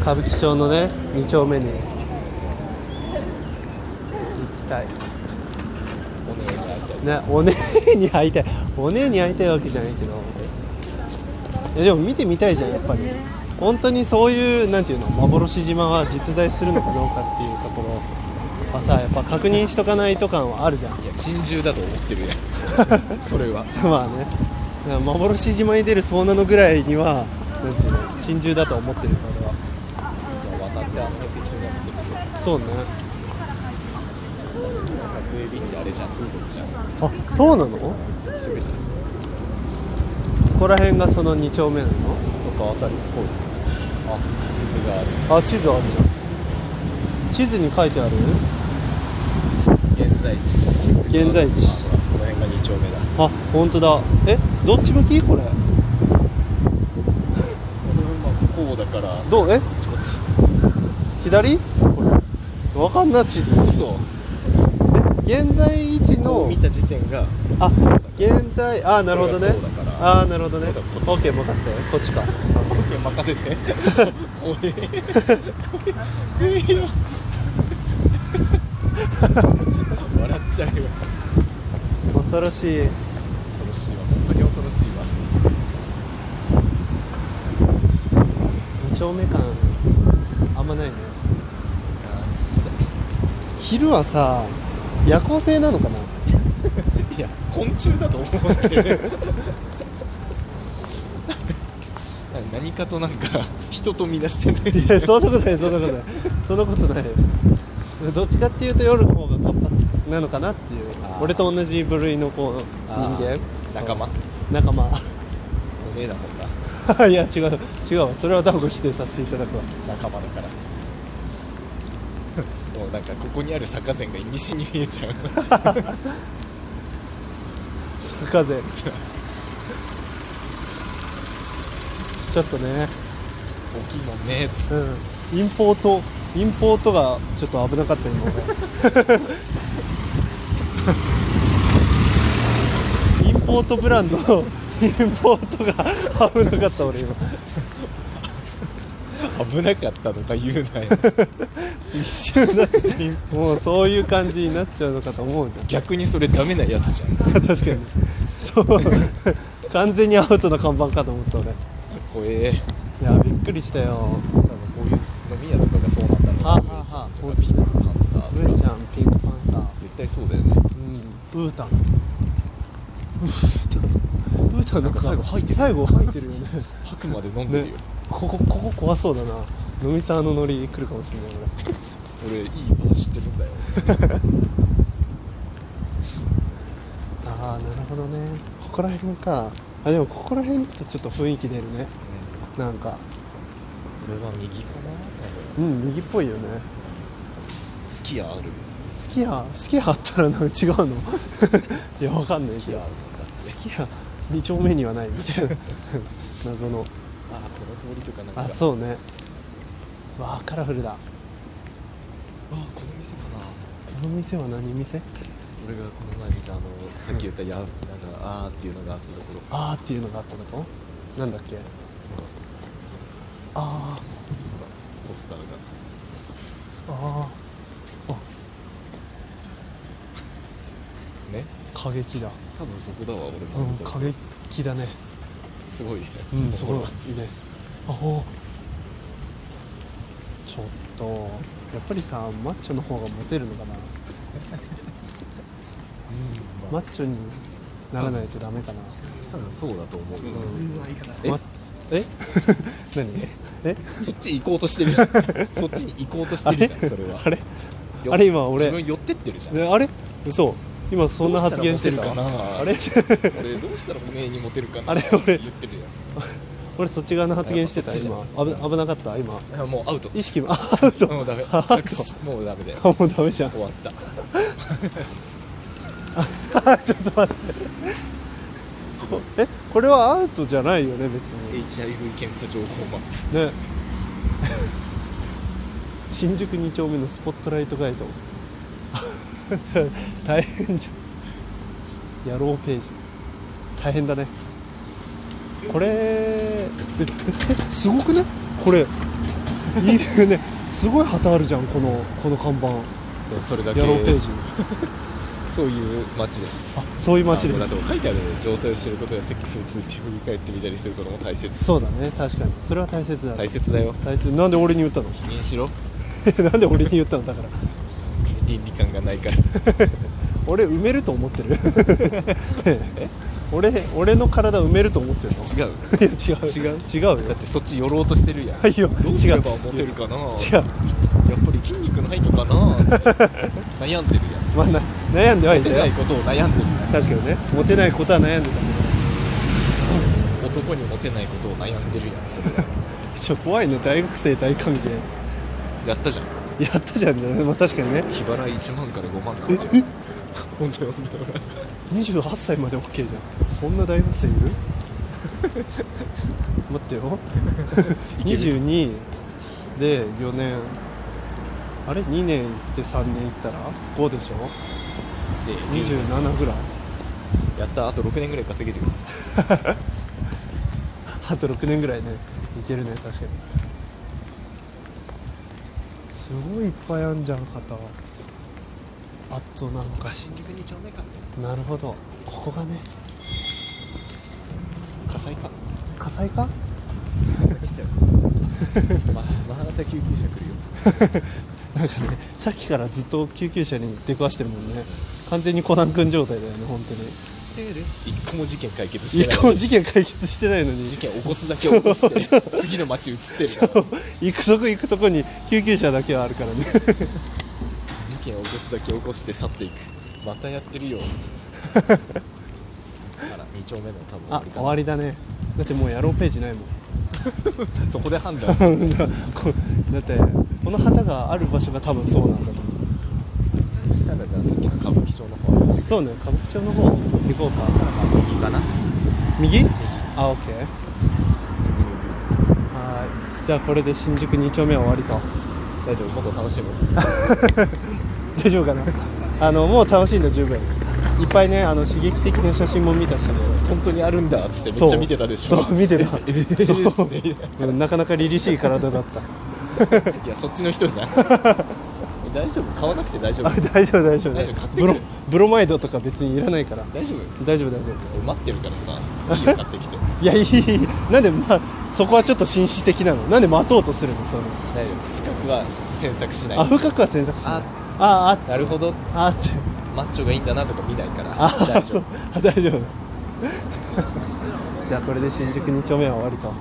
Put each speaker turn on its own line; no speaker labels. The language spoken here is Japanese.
歌舞伎町のね2丁目に行きたいねお姉に会いたいお姉に会いたいわけじゃないけどいやでも見てみたいじゃんやっぱり本当にそういうなんていうの幻島は実在するのかどうかっていうところはさやっぱ確認しとかないと感はあるじゃん
いや珍獣だと思ってるねそれは
まあねだから幻島に出るそうなのぐらいにはなんていうの珍獣だと思ってるからは
じゃあ渡ってあの辺別にやってみよ
そうね
う白エビってあれじゃん風俗じゃん
あそうなのこ
全て
こら辺がその2丁目なの
とかあたりっぽいあ地図がある
あ地図あるじゃん地図に書いてある
現在地
現在地
あほらこの辺が2丁目だ
あ本当だえどっち向きこれ
このまこうだからこ
どうえ
っちこっち
左これわかんな地図
嘘
え現在位置
こう
の
見た時点が
あ現在あなるほどね
これがこうだから
あなるほどね
こう
OK 任せてこっちか
任せて怖え怖え怖えよ笑っちゃうよ
恐ろしい
恐ろしいわ本当に恐ろしいわ
2丁目感あんまないね
あさ
昼はさ夜行性なのかない
や昆虫だと思ってる 何かとなんか人と見出してない
い やそんなことないそんなことないそんなことないどっちかっていうと夜の方が活発なのかなっていう
あー
俺と同じ部類のこう人
あー
間
仲間
そう仲間
おねえだもんない
や違う違うわそれは多分否定させていただくわ
仲間だからもうなんかここにある坂膳が意味深に見えちゃう
坂 勢ちょっとね、
大きいもんねっつって
うん、インポートインポートがちょっと危なかった今 俺インポートブランドのインポートが危なかった俺今
危なかったとか言うなよ
一瞬だってもうそういう感じになっちゃうのかと思うじゃん
逆にそれダメなやつじゃん
確かにそう完全にアウトの看板かと思った俺い
怖え
やびっくりしたよ
多分こういう飲み屋とかがそうなんだろうな
あ
ウエち
あ
ゃんとかピンクパンサ
上
ーと
ち
か
ゃんピンクパンサー
絶対そうだよね
うん、ウ ータンウータンウータンなんか
なんか最後吐いてる
最後吐い てるよね
吐くまで飲んでるよ、
ここここ怖そうだな飲み沢のノリ来るかもしれない俺
俺いいバー知ってるんだよ
ああなるほどねここら辺かあでもここら辺とちょっと雰囲気出るねなんか
俺は右かな
うん右っぽいよね
スキアある
スキヤスキヤあったらなんか違うの いやわかんない
ス
け
キア
ど
ある
スキヤ2丁目にはないみたいな 謎の
ああこの通りとかなんか
あ
う
そうねわあカラフルだ
あーこの店かな
この店は何店
俺がこの前見たあのさっき言ったやなんかあーっていうのがあったところ
あーっていうのがあったのかなんだっけあー
ポスターが
あーあ
ね
過激だ
多分そこだわ俺
う
も
ん
見たの、
過激だね
すごいね
うんすごい
ほら
いいねあほちょっとやっぱりさマッチョの方がモテるの かなマッチョにならないとダメかな、
多分そうだと思う、
ま え何え
そっち行こうとしてるじゃん そっちに行こうとしてるじゃんそれは
あれ
よ
あれ今俺
自分寄ってってるじゃん
ねあれ嘘今そんな発言してた
どうしたらモテるかな
あれ
俺どうしたら骨にモテるかな
あれ俺
言ってる
俺そっち側の発言してた
いや
今
まあ
危危なかった今
やんあもうアウト
意 識もあアウト
もうダメ
アウ
隠
ト
しもうダメだよ
あもうダメじゃん
終わった
あちょっと待って
すごい
えこれはアウトじゃないよね別に
HIV 検査情報マッ
ね 新宿2丁目のスポットライトガイド 大変じゃん野郎ページ大変だねこれえええすごくねこれいいよねすごい旗あるじゃんこのこの看板
それだけ
ヤローページ
そういう街です
そういう街で
あの
す
だって書いてあるよね状態を知ることやセックスについて振り返ってみたりすることも大切
そうだね確かにそれは大切だ
大切だよ
大切なんで俺に言った
否認しろ
の なんで俺に言ったのだから
倫理観がないから
俺埋めると思ってる ねえ俺俺の体埋めると思ってるの
違う
いや違う
違う
違うよ
だってそっち寄ろうとしてるやん
はいよ
どうすればモテるかなやっ
違う
ぱり筋肉ないとかな 悩んでるやん
まあな悩んではい
モ
た
テな
よ
いことを悩んでるや
確かにねモテないことは悩んでた
ん男にモテないことを悩んでるやんそれ
ちょ怖いね大学生大歓迎
やったじゃん
やったじゃんじゃないまあ確かにね
日払い1万から5万なん
え
だ
え
よ本当よ本当よ
28歳まで OK じゃんそんな大学生いる 待ってよ
いけ
22で4年あれ2年行って3年行ったら5でしょ
で
27ぐらい
やったあと6年ぐらい稼げるよ
あと6年ぐらいねいけるね確かにすごいいっぱいあんじゃん旗あとなんか
新宿2丁目か
なるほどここがね
火災か
火災か
来ちゃうままた救急車来るよ
なんかねさっきからずっと救急車に出くわしてるもんね完全にコナン君状態だよね本当に
一個も事件解決して
一
な
個
い
も事件解決してないのに
事件起こすだけ起こして次の街移ってるから
行くとこ行くとこに救急車だけはあるからね
事件起こすだけ起こして去っていくまたやってるよつってあら2丁目の多分終わ
あ
りか
終
な
わりだねだってもうやろうページないもん
そこで判断する
だこだってこの旗がある場所が多分そうなんだと思
したらじゃあさっきの歌舞伎町の方行
うそうね歌舞伎町の方行こうか
いかな
右あオッケーはーいじゃあこれで新宿2丁目は終わりと
大丈夫もっと楽しむ
大丈夫かなあのもう楽しんだ十分いっぱいねあの刺激的な写真も見たし
本当にあるんだっつってめっちゃ見てたでしょ
そう見てた
そ
そうううんなかなか凛々しい体だった
いやそっちの人じゃん大丈夫買わなくて大丈
あれ
夫
大丈夫大丈夫
大丈夫買ってく
ブ
る
ロブロマイドとか別にいらないから
大丈夫
大丈夫大丈夫
俺待ってるからさいいよ買ってきて
いやいいいいなんで、まあ、そこはちょっと紳士的なのなんで待とうとするのその
大丈夫深くは詮索しない
あ深くは詮索しないあ
なるほど
あああって
マッチョがいいんだなとか見ないから
あ
大丈
そう
夫
あ大丈夫じゃあこれで新宿2丁目は終わりと